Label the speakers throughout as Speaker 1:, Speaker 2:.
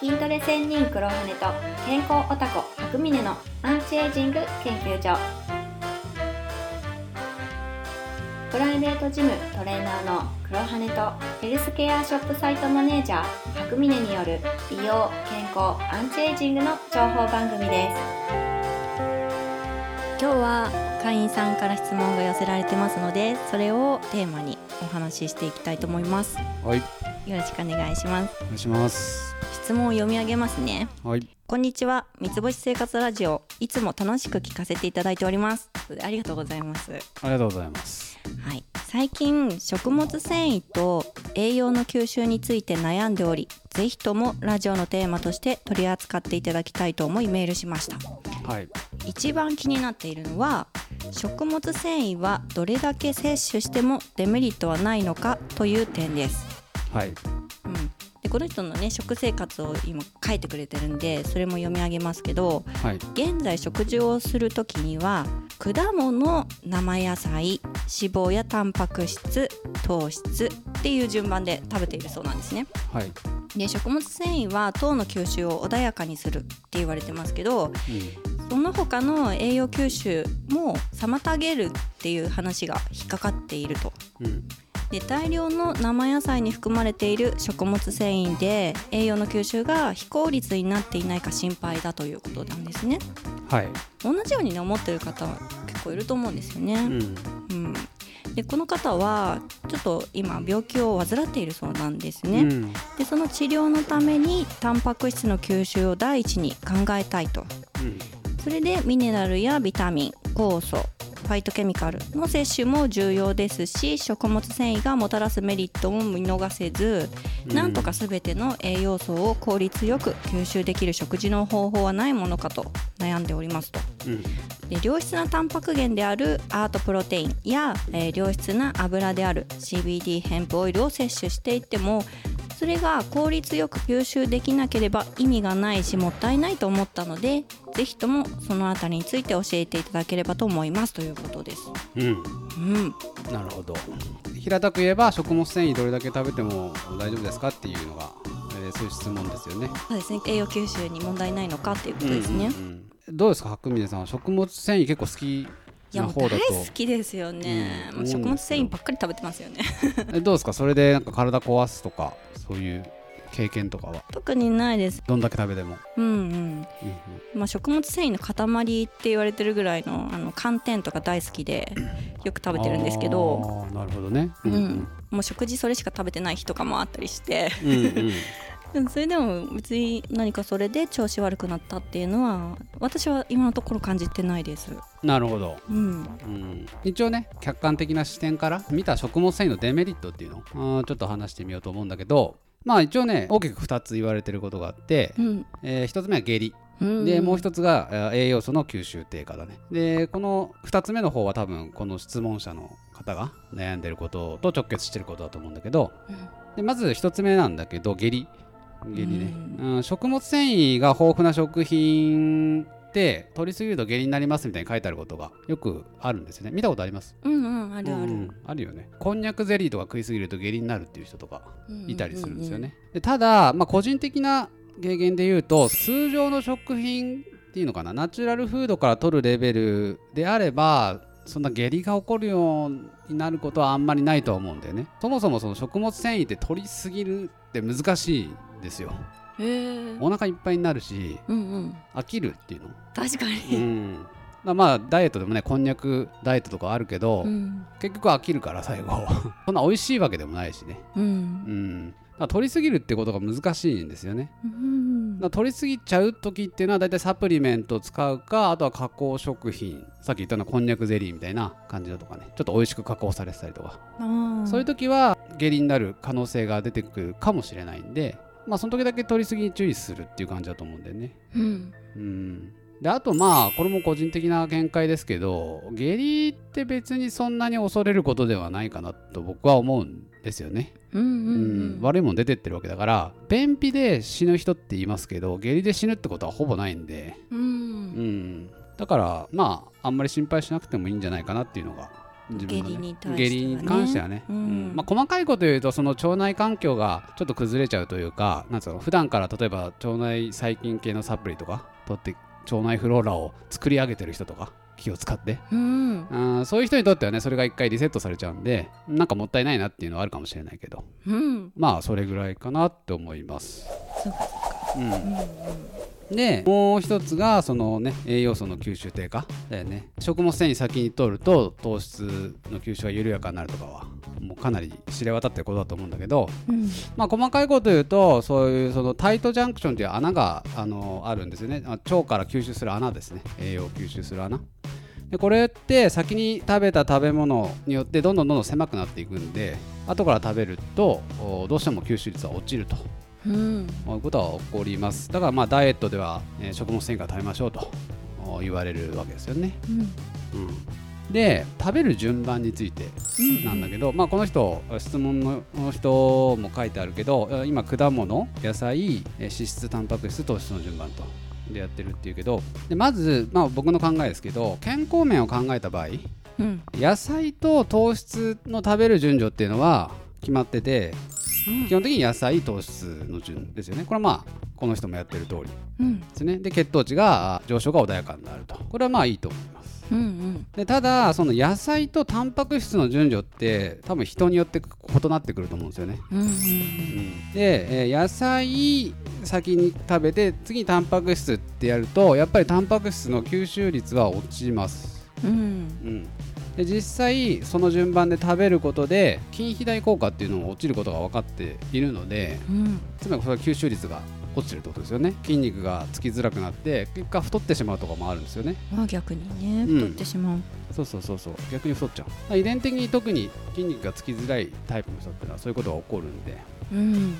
Speaker 1: 筋トレ専任黒羽と健康オタコ白峰のアンチエイジング研究所プライベートジムトレーナーの黒羽とヘルスケアショップサイトマネージャー白峰による美容健康アンチエイジングの情報番組です
Speaker 2: 今日は会員さんから質問が寄せられてますのでそれをテーマにお話ししていきたいと思います
Speaker 3: はい、
Speaker 2: よろしくお願いします
Speaker 3: お願いします。
Speaker 2: 質問を読み上げますね
Speaker 3: はい、
Speaker 2: こんにちは三つ星生活ラジオいつも楽しく聞かせていただいておりますありがとうございます
Speaker 3: ありがとうございます。
Speaker 2: はい、最近食物繊維と栄養の吸収について悩んでおりぜひともラジオのテーマとして取り扱っていただきたいと思いメールしました
Speaker 3: はい、
Speaker 2: 一番気になっているのは食物繊維はどれだけ摂取してもデメリットはないのかという点です、
Speaker 3: はい、
Speaker 2: うん、でこの人のね食生活を今書いてくれてるんでそれも読み上げますけど
Speaker 3: はい、
Speaker 2: 現在食事をする時には果物生野菜脂肪やタンパク質糖質っていう順番で食べているそうなんですね
Speaker 3: はい、
Speaker 2: で食物繊維は糖の吸収を穏やかにするって言われてますけど
Speaker 3: うん、
Speaker 2: その他の栄養吸収も妨げるっていう話が引っかかっていると
Speaker 3: うん、
Speaker 2: で大量の生野菜に含まれている食物繊維で栄養の吸収が非効率になっていないか心配だということなんですね
Speaker 3: はい、
Speaker 2: 同じようにね思ってる方は結構いると思うんですよ
Speaker 3: う
Speaker 2: ね。
Speaker 3: ん、
Speaker 2: うんでこの方はちょっと今病気を患っているそうなんですね。
Speaker 3: うん、
Speaker 2: でその治療のためにタンパク質の吸収を第一に考えたいと
Speaker 3: うん、
Speaker 2: それでミネラルやビタミン酵素ファイトケミカルの摂取も重要ですし食物繊維がもたらすメリットも見逃せず
Speaker 3: うん
Speaker 2: なんとか全ての栄養素を効率よく吸収できる食事の方法はないものかと悩んでおりますと。
Speaker 3: うん、
Speaker 2: で良質なタンパク源であるアートプロテインや、えー良質な油である CBD ヘンプオイルを摂取していってもそれが効率よく吸収できなければ意味がないしもったいないと思ったのでぜひともそのあたりについて教えていただければと思いますということです。
Speaker 3: うん、
Speaker 2: うん、
Speaker 3: なるほど。平たく言えば、食物繊維どれだけ食べても大丈夫ですかっていうのが、えーそういう質問ですよね。
Speaker 2: そうですね栄養吸収に問題ないのかということですね。
Speaker 3: うんうんうんどうですか、白峰さんは食物繊維結構好き
Speaker 2: いや
Speaker 3: な
Speaker 2: もう
Speaker 3: 方
Speaker 2: 大
Speaker 3: だと。
Speaker 2: 好きですよね、
Speaker 3: うん
Speaker 2: もう食物繊維ばっかり食べてますよね
Speaker 3: えどうですか、それでなんか体壊すとか、そういう経験とかは、
Speaker 2: 特にないです
Speaker 3: どんだけ食べても。
Speaker 2: うんうん
Speaker 3: うんうん
Speaker 2: まあ、食物繊維の塊って言われてるぐらいのあの寒天とか大好きでよく食べてるんですけど、
Speaker 3: あー。なるほどね。
Speaker 2: うんもう食事それしか食べてない日とかもあったりして
Speaker 3: うん、うん。
Speaker 2: でもそれでも別に何かそれで調子悪くなったっていうのは私は今のところ感じてないです。
Speaker 3: なるほど、
Speaker 2: うん、
Speaker 3: うん、一応ね客観的な視点から見た食物繊維のデメリットっていうのをちょっと話してみようと思うんだけどまあ一応ね大きく2つ言われてることがあって、
Speaker 2: うん
Speaker 3: え1つ目は下痢
Speaker 2: うん、
Speaker 3: でもう1つがえー栄養素の吸収低下だねでこの2つ目の方は多分この質問者の方が悩んでることと直結してることだと思うんだけど
Speaker 2: うん
Speaker 3: でまず1つ目なんだけど下痢下痢ね、
Speaker 2: う
Speaker 3: うん、食物繊維が豊富な食品って取りすぎると下痢になりますみたいに書いてあることがよくあるんですよね見たことあります
Speaker 2: うんうんあるあ
Speaker 3: う
Speaker 2: る
Speaker 3: ん、あるよねこんにゃくゼリーとか食いすぎると下痢になるっていう人とか
Speaker 2: うん
Speaker 3: いたりするんですよね、でただ、まあ、個人的な経験で言うと通常の食品っていうのかなナチュラルフードから取るレベルであればそんな下痢が起こるようになることはあんまりないとは思うんだよねそもそもその食物繊維って取りすぎるって難しいんですよ
Speaker 2: うんうんへー
Speaker 3: お腹いっぱいになるし
Speaker 2: うんうん
Speaker 3: 飽きるっていうの
Speaker 2: 確か
Speaker 3: う
Speaker 2: に、
Speaker 3: んまあまあダイエットでもねこんにゃくダイエットとかあるけど、
Speaker 2: うん
Speaker 3: 結局飽きるから最後そんな美味しいわけでもないしね
Speaker 2: うん
Speaker 3: うんだから取りすぎるってことが難しいんですよね
Speaker 2: うん
Speaker 3: だから取りすぎちゃう時っていうのは大体サプリメントを使うかあとは加工食品さっき言ったのはこんにゃくゼリーみたいな感じのとかねちょっと美味しく加工されてたりとか、
Speaker 2: あー
Speaker 3: そういう時は下痢になる可能性が出てくるかもしれないんでまあその時だけ取りすぎに注意するっていう感じだと思うんだよね
Speaker 2: うん
Speaker 3: うんであとまあこれも個人的な見解ですけど下痢って別にそんなに恐れることではないかなと僕は思うんですよね、
Speaker 2: うん
Speaker 3: う
Speaker 2: うんん
Speaker 3: 悪いもん出てってるわけだから便秘で死ぬ人って言いますけど下痢で死ぬってことはほぼないんで、
Speaker 2: うん
Speaker 3: うん、だからまああんまり心配しなくてもいいんじゃないかなっていうのが自分のね
Speaker 2: 下痢に対してはね
Speaker 3: 下痢に関してはね、
Speaker 2: うん
Speaker 3: うんまあ、細かいこと言うとその腸内環境がちょっと崩れちゃうというかなんつうの普段から例えば腸内細菌系のサプリとか取って腸内フローラを作り上げてる人とか気を使って
Speaker 2: うん
Speaker 3: あーそういう人にとってはねそれが一回リセットされちゃうんでなんかもったいないなっていうのはあるかもしれないけど
Speaker 2: うん
Speaker 3: まあそれぐらいかなって思います。
Speaker 2: そうか
Speaker 3: うんでもう一つがそのね栄養素の吸収低下だよね食物繊維先に取ると糖質の吸収が緩やかになるとかはもうかなり知れ渡ってることだと思うんだけど、
Speaker 2: うん
Speaker 3: まあ、細かいこと言うとそういうそのタイトジャンクションという穴があのあるんですよねあ腸から吸収する穴ですね栄養を吸収する穴でこれって先に食べた食べ物によってどんどんどんどん狭くなっていくんで後から食べるとおどうしても吸収率は落ちると
Speaker 2: うん
Speaker 3: こういうことは起こりますだからまあダイエットでは、えー食物繊維から食べましょうとお言われるわけですよね、
Speaker 2: うん
Speaker 3: うん、で食べる順番についてなんだけど、まあ、この人質問のこの人も書いてあるけどえ今果物野菜え脂質タンパク質糖質の順番とでやってるっていうけどでまず、まあ、僕の考えですけど健康面を考えた場合
Speaker 2: うん
Speaker 3: 野菜と糖質の食べる順序っていうのは決まってて基本的に野菜糖質の順ですよねこれはまあこの人もやってる通り
Speaker 2: うん
Speaker 3: ですねで血糖値があ上昇が穏やかになるとこれはまあいいと思います
Speaker 2: うんうん
Speaker 3: でただその野菜とタンパク質の順序って多分人によって異なってくると思うんですよね、
Speaker 2: うん
Speaker 3: で、えー野菜先に食べて次にタンパク質ってやるとやっぱりタンパク質の吸収率は落ちます、
Speaker 2: うん
Speaker 3: うん、で実際その順番で食べることで筋肥大効果っていうのも落ちることが分かっているので
Speaker 2: うん
Speaker 3: つまりそれは吸収率が落ちてるってことですよね筋肉がつきづらくなって結果太ってしまうとかもあるんですよね
Speaker 2: まあ逆にね
Speaker 3: うん
Speaker 2: 太ってしまう
Speaker 3: そうそうそうそう逆に太っちゃうだから遺伝的に特に筋肉がつきづらいタイプの人っていうのはそういうことが起こるんで、
Speaker 2: うん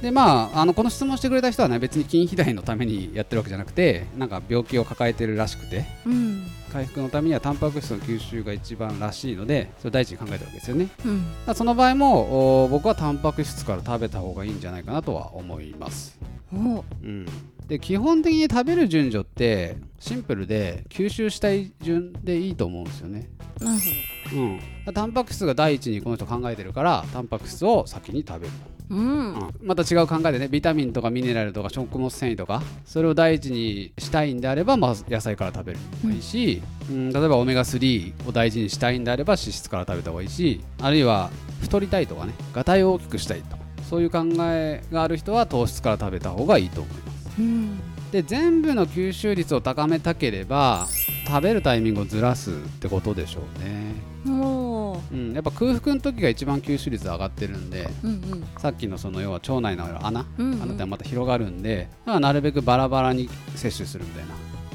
Speaker 3: でまああのこの質問してくれた人はね別に筋肥大のためにやってるわけじゃなくてなんか病気を抱えてるらしくて
Speaker 2: うん
Speaker 3: 回復のためにはタンパク質の吸収が一番らしいのでそれを第一に考えたわけですよねだか
Speaker 2: うん
Speaker 3: らその場合もお僕はタンパク質から食べた方がいいんじゃないかなとは思います
Speaker 2: お
Speaker 3: うんで基本的に食べる順序ってシンプルで吸収したい順でいいと思うんですよね
Speaker 2: なる
Speaker 3: うん、タンパク質が第一にこの人考えてるからタンパク質を先に食べる、
Speaker 2: ほどうん
Speaker 3: また違う考えでねビタミンとかミネラルとか食物繊維とかそれを第一にしたいんであれば、まあ、野菜から食べるのがいいし、うん、例えばオメガ3を大事にしたいんであれば脂質から食べた方がいいしあるいは太りたいとかねがたいを大きくしたいとそういう考えがある人は糖質から食べた方がいいと思います
Speaker 2: うん
Speaker 3: で全部の吸収率を高めたければ食べるタイミングをずらすってことでしょうね
Speaker 2: おー
Speaker 3: うん、やっぱ空腹の時が一番吸収率上がってるんで
Speaker 2: うんうん
Speaker 3: さっきのその要は腸内の穴、
Speaker 2: うんうん
Speaker 3: 穴ってまた広がるんでだからなるべくバラバラに摂取するみたい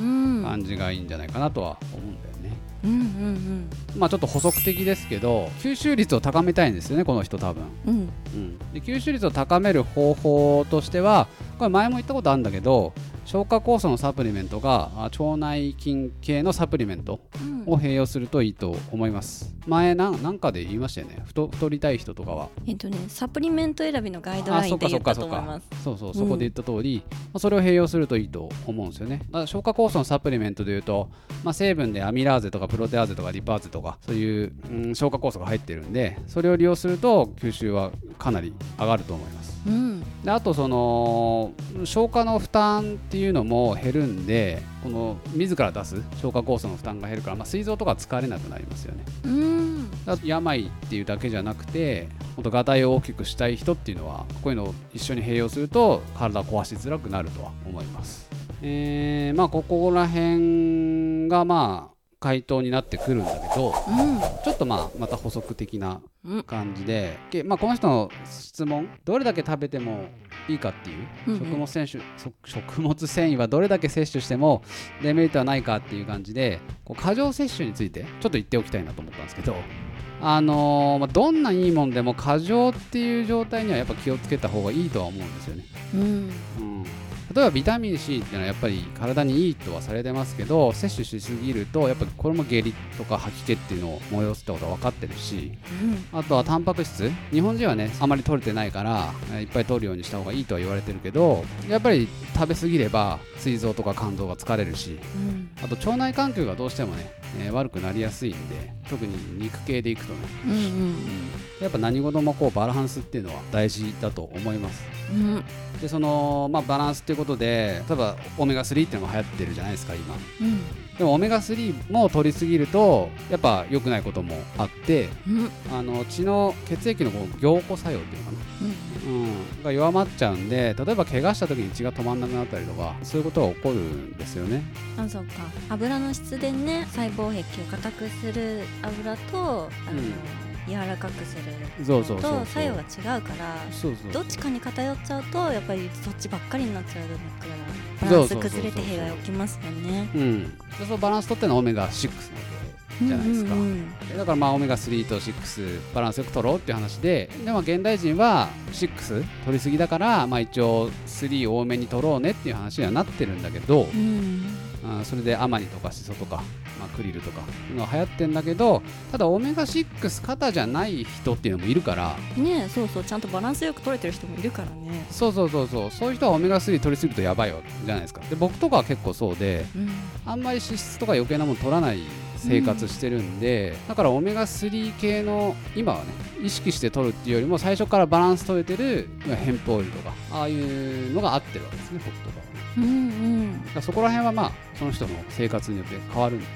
Speaker 2: うん
Speaker 3: な感じがいいんじゃないかなとは思うんだよね。
Speaker 2: うんうん
Speaker 3: まあちょっと補足的ですけど吸収率を高めたいんですよねこの人多分、
Speaker 2: うんうん
Speaker 3: うん、で吸収率を高める方法としてはこれ前も言ったことあるんだけど消化酵素のサプリメントがあ腸内菌系のサプリメント
Speaker 2: うん
Speaker 3: を併用するといいと思います前なんなんかで言いましたよね太太りたい人とかは
Speaker 2: えっとねサプリメント選びのガイド
Speaker 3: あ
Speaker 2: ライ
Speaker 3: そ
Speaker 2: ン
Speaker 3: っ
Speaker 2: で
Speaker 3: かそ
Speaker 2: 言
Speaker 3: っ
Speaker 2: ったと思
Speaker 3: かそっ
Speaker 2: い
Speaker 3: か
Speaker 2: ます
Speaker 3: そうそううんそこで言った通り、まあそれを併用するといいと思うんですよね、まあ消化酵素のサプリメントでいうと、まあ、成分でアミラーゼとかプロテアーゼとかリパーゼとかそういう、うん消化酵素が入ってるんでそれを利用すると吸収はかなり上がると思います
Speaker 2: うん
Speaker 3: であとその消化の負担っていうのも減るんでこの自ら出す消化酵素の負担が減るから、まあ、膵臓とか疲れなくなりますよね
Speaker 2: うん
Speaker 3: だから病っていうだけじゃなくてもっとがたいを大きくしたい人っていうのはこういうのを一緒に併用すると体を壊しづらくなるとは思いますえー、まあここら辺がまあ回答になってくるんだけど
Speaker 2: うん
Speaker 3: ちょっとまあまた補足的な
Speaker 2: うん
Speaker 3: 感じで、けまあ、この人の質問どれだけ食べてもいいかっていう、
Speaker 2: うんうん
Speaker 3: 食物繊維そ食物繊維はどれだけ摂取してもデメリットはないかっていう感じでこう過剰摂取についてちょっと言っておきたいなと思ったんですけど、あのーまあ、どんないいもんでも過剰っていう状態にはやっぱ気をつけた方がいいとは思うんですよね。
Speaker 2: うん
Speaker 3: 例えばビタミン C っていうのはやっぱり体にいいとはされてますけど摂取しすぎるとやっぱりこれも下痢とか吐き気っていうのを催すってことは分かってるしあとはタンパク質日本人はねあまり取れてないからえーいっぱい取るようにした方がいいとは言われてるけどやっぱり食べ過ぎれば膵臓とか肝臓が疲れるし
Speaker 2: うん
Speaker 3: あと腸内環境がどうしてもね、えー悪くなりやすいんで特に肉系でいくとね
Speaker 2: うん
Speaker 3: やっぱ何事もこうバランスっていうのは大事だと思います
Speaker 2: うんうん
Speaker 3: でその、まあ、バランスっていうことで例えばオメガ3っていうのが流行ってるじゃないですか今でもオメガ3も取りすぎるとやっぱ良くないこともあって
Speaker 2: うんうん
Speaker 3: あの血の血液のこう凝固作用っていうのかなうん、が弱まっちゃうんで例えば怪我した時に血が止まんなくなったりとかそういうことが起こるんですよね
Speaker 2: あそうか油の質でね細胞壁を硬くする油とあの、
Speaker 3: うん
Speaker 2: 柔らかくする
Speaker 3: そうそうそうそう
Speaker 2: と作用が違うから
Speaker 3: そうそう
Speaker 2: どっちかに偏っちゃうとやっぱりそっちばっかりになっちゃうからバランス崩れて弊害起きますよね。
Speaker 3: うん、でそのバランス取ってるのはオメガ6なんでじゃないですか、
Speaker 2: うんうん
Speaker 3: でだからまあオメガ3と6バランスよく取ろうっていう話ででも現代人は6取りすぎだから、まあ、一応3多めに取ろうねっていう話にはなってるんだけど、
Speaker 2: うんうん
Speaker 3: あーそれでアマニとかシソとか、まあ、クリルとかのが流行ってんだけどただオメガ6肩じゃない人っていうのもいるから
Speaker 2: ねえそうそうちゃんとバランスよく取れてる人もいるからね。
Speaker 3: そうそうそうそうそういう人はオメガ3取りすぎるとやばいわけじゃないですかで僕とかは結構そうで
Speaker 2: うん
Speaker 3: あんまり脂質とか余計なもの取らない生活してるんで、だからオメガ3系の今はね意識して取るっていうよりも最初からバランス取れてるまあヘンプオイルとかああいうのが合ってるわけですね僕とかはね
Speaker 2: うんうん
Speaker 3: だからそこら辺はまあその人の生活によって変わるんで、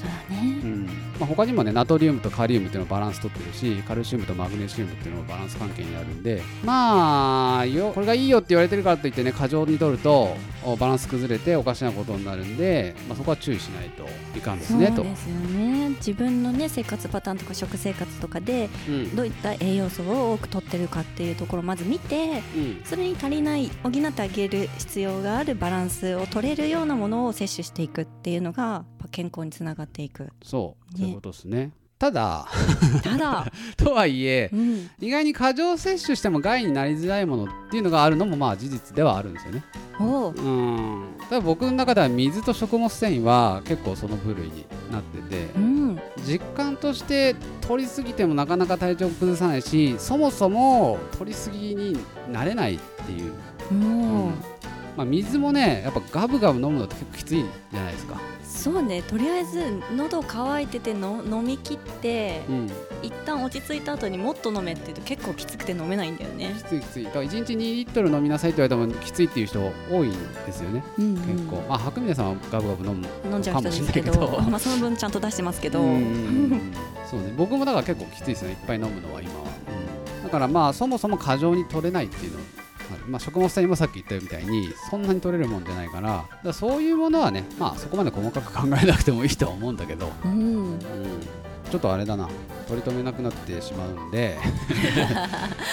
Speaker 2: そうだね
Speaker 3: う。んまあ、他にもねナトリウムとカリウムっていうのをバランス取ってるしカルシウムとマグネシウムっていうのもバランス関係にあるんでまあよこれがいいよって言われてるからといってね過剰に取るとおバランス崩れておかしなことになるんで、まあ、そこは注意しないといかんです
Speaker 2: そう
Speaker 3: ね
Speaker 2: で
Speaker 3: と。
Speaker 2: すよね自分のね生活パターンとか食生活とかで
Speaker 3: うん
Speaker 2: どういった栄養素を多く取ってるかっていうところをまず見て
Speaker 3: うん
Speaker 2: それに足りない補ってあげる必要があるバランスを取れるようなものを摂取していくっていうの がやっぱ健康につながっていく
Speaker 3: そう
Speaker 2: ね
Speaker 3: そういうことですね。ただ
Speaker 2: た だ、
Speaker 3: とはいえ
Speaker 2: うん、
Speaker 3: 意外に過剰摂取しても害になりづらいものっていうのがあるのもまあ事実ではあるんですよね。
Speaker 2: おう
Speaker 3: うんただ僕の中では水と食物繊維は結構その部類になってて
Speaker 2: うん
Speaker 3: 実感として取りすぎてもなかなか体調崩さないしそもそも取りすぎになれないっていう、
Speaker 2: もう、
Speaker 3: まあ、水もねやっぱガブガブ飲むのって結構きついじゃないですか。
Speaker 2: そうねとりあえず喉乾いてての飲み切って
Speaker 3: うん
Speaker 2: 一旦落ち着いた後にもっと飲めって言うと結構きつくて飲めないんだよね
Speaker 3: き、ついきついだから1日2リットル飲みなさいって言われてもきついっていう人多いんですよね
Speaker 2: うんうん
Speaker 3: 結構、まあ白峰さんはガブガブ飲む
Speaker 2: 飲んじゃう人ですけど
Speaker 3: かもしれないけど
Speaker 2: まあ、その分ちゃんと出してますけど、
Speaker 3: うんうんうんそうね僕もだから結構きついですねいっぱい飲むのは今は、うんだからまあそもそも過剰に取れないっていうのあるまあ、食物繊維もさっき言ったみたいにそんなに取れるもんじゃないからだからそういうものはね、まあ、そこまで細かく考えなくてもいいとは思うんだけど、
Speaker 2: うん
Speaker 3: ちょっとあれだな取り留めなくなってしまうんで、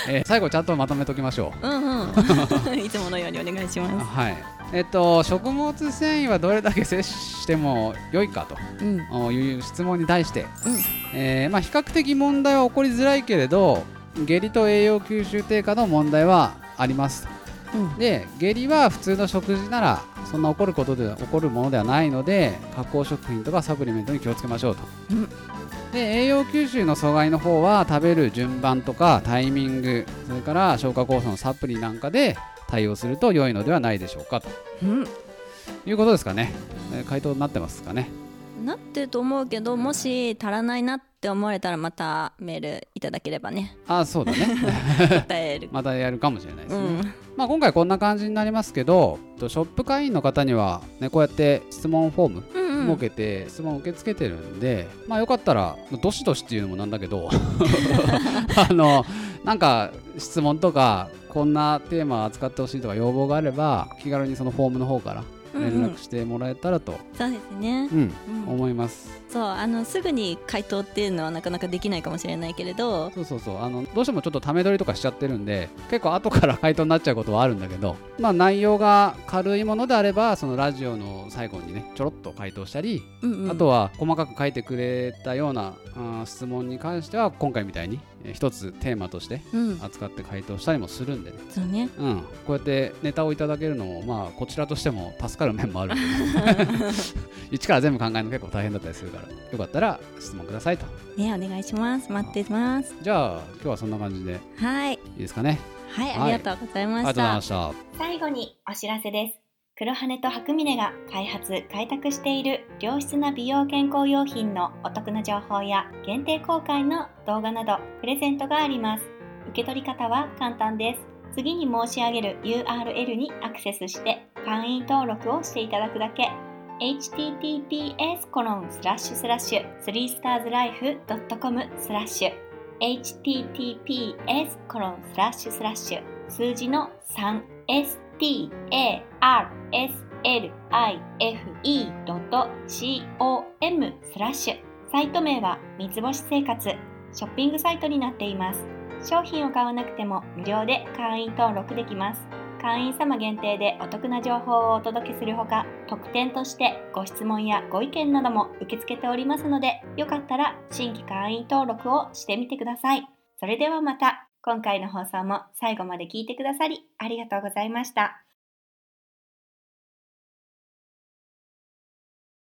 Speaker 3: えー最後ちゃんとまとめときましょう
Speaker 2: うん うんいつものようにお願いします。
Speaker 3: はいえっと、食物繊維はどれだけ摂取しても良いか
Speaker 2: うん
Speaker 3: という質問に対して、
Speaker 2: うん
Speaker 3: えーまあ、比較的問題は起こりづらいけれど下痢と栄養吸収低下の問題はあります
Speaker 2: うん
Speaker 3: で下痢は普通の食事ならそんな起こることで起こるものではないので加工食品とかサプリメントに気をつけましょうと、
Speaker 2: うん
Speaker 3: で栄養吸収の阻害の方は食べる順番とかタイミングそれから消化酵素のサプリなんかで対応すると良いのではないでしょうかと
Speaker 2: うん
Speaker 3: いうことですかね、えー回答になってますかね
Speaker 2: なってると思うけどもし足らないなって思われたらまたメールいただければね
Speaker 3: あそうだね
Speaker 2: 答える。
Speaker 3: またやるかもしれないです
Speaker 2: う
Speaker 3: ね、
Speaker 2: ん
Speaker 3: まあ、今回こんな感じになりますけどとショップ会員の方には、ね、こうやって質問フォーム
Speaker 2: うんう
Speaker 3: 設
Speaker 2: ん
Speaker 3: けて質問受け付けてるんで、まあよかったらどしどしっていうのもなんだけど あのなんか質問とかこんなテーマ扱ってほしいとか要望があれば気軽にそのフォームの方から
Speaker 2: うんう
Speaker 3: 連絡
Speaker 2: ん
Speaker 3: してもらえたらと、
Speaker 2: そうですね、
Speaker 3: うん
Speaker 2: うん、
Speaker 3: 思います
Speaker 2: そうあのすぐに回答っていうのはなかなかできないかもしれないけれど
Speaker 3: そうそうそうあのどうしてもちょっとため撮りとかしちゃってるんで結構後から回答になっちゃうことはあるんだけどまあ内容が軽いものであればそのラジオの最後にねちょろっと回答したり
Speaker 2: うんうん
Speaker 3: あとは細かく書いてくれたようなあー質問に関しては今回みたいにえー一つテーマとして
Speaker 2: うん
Speaker 3: 扱って回答したりもするんでね、
Speaker 2: そうね
Speaker 3: うん、こうやってネタをいただけるのもまあこちらとしても助かる面もあるんで 一から全部考えるの結構大変だったりするからよかったら質問くださいと
Speaker 2: ねお願いします待ってます
Speaker 3: じゃあ今日はそんな感じで
Speaker 2: はい
Speaker 3: いいですかね
Speaker 2: はい
Speaker 3: はい
Speaker 2: ありがとうござい
Speaker 3: あ
Speaker 2: ま
Speaker 3: り
Speaker 2: し
Speaker 3: がとうござい
Speaker 2: た
Speaker 3: ました
Speaker 1: 最後にお知らせです。9
Speaker 2: 黒羽と白峰が開発・開拓している良質な美容健康用品のお得な情報や限定公開の動画などプレゼントがあります。受け取り方は簡単です。次に申し上げる URL にアクセスして会員登録をしていただくだけ。https コロンスラッシュスラッシュ 3starslife.com スラッシュ https コロンスラッシュスラッシュ数字の 3starslife.com スラッシュサイト名は三つ星生活ショッピングサイトになっています商品を買わなくても無料で会員登録できます会員様限定でお得な情報をお届けするほか特典としてご質問やご意見なども受け付けておりますのでよかったら新規会員登録をしてみてくださいそれではまた今回の放送も最後まで聞いてくださりありがとうございました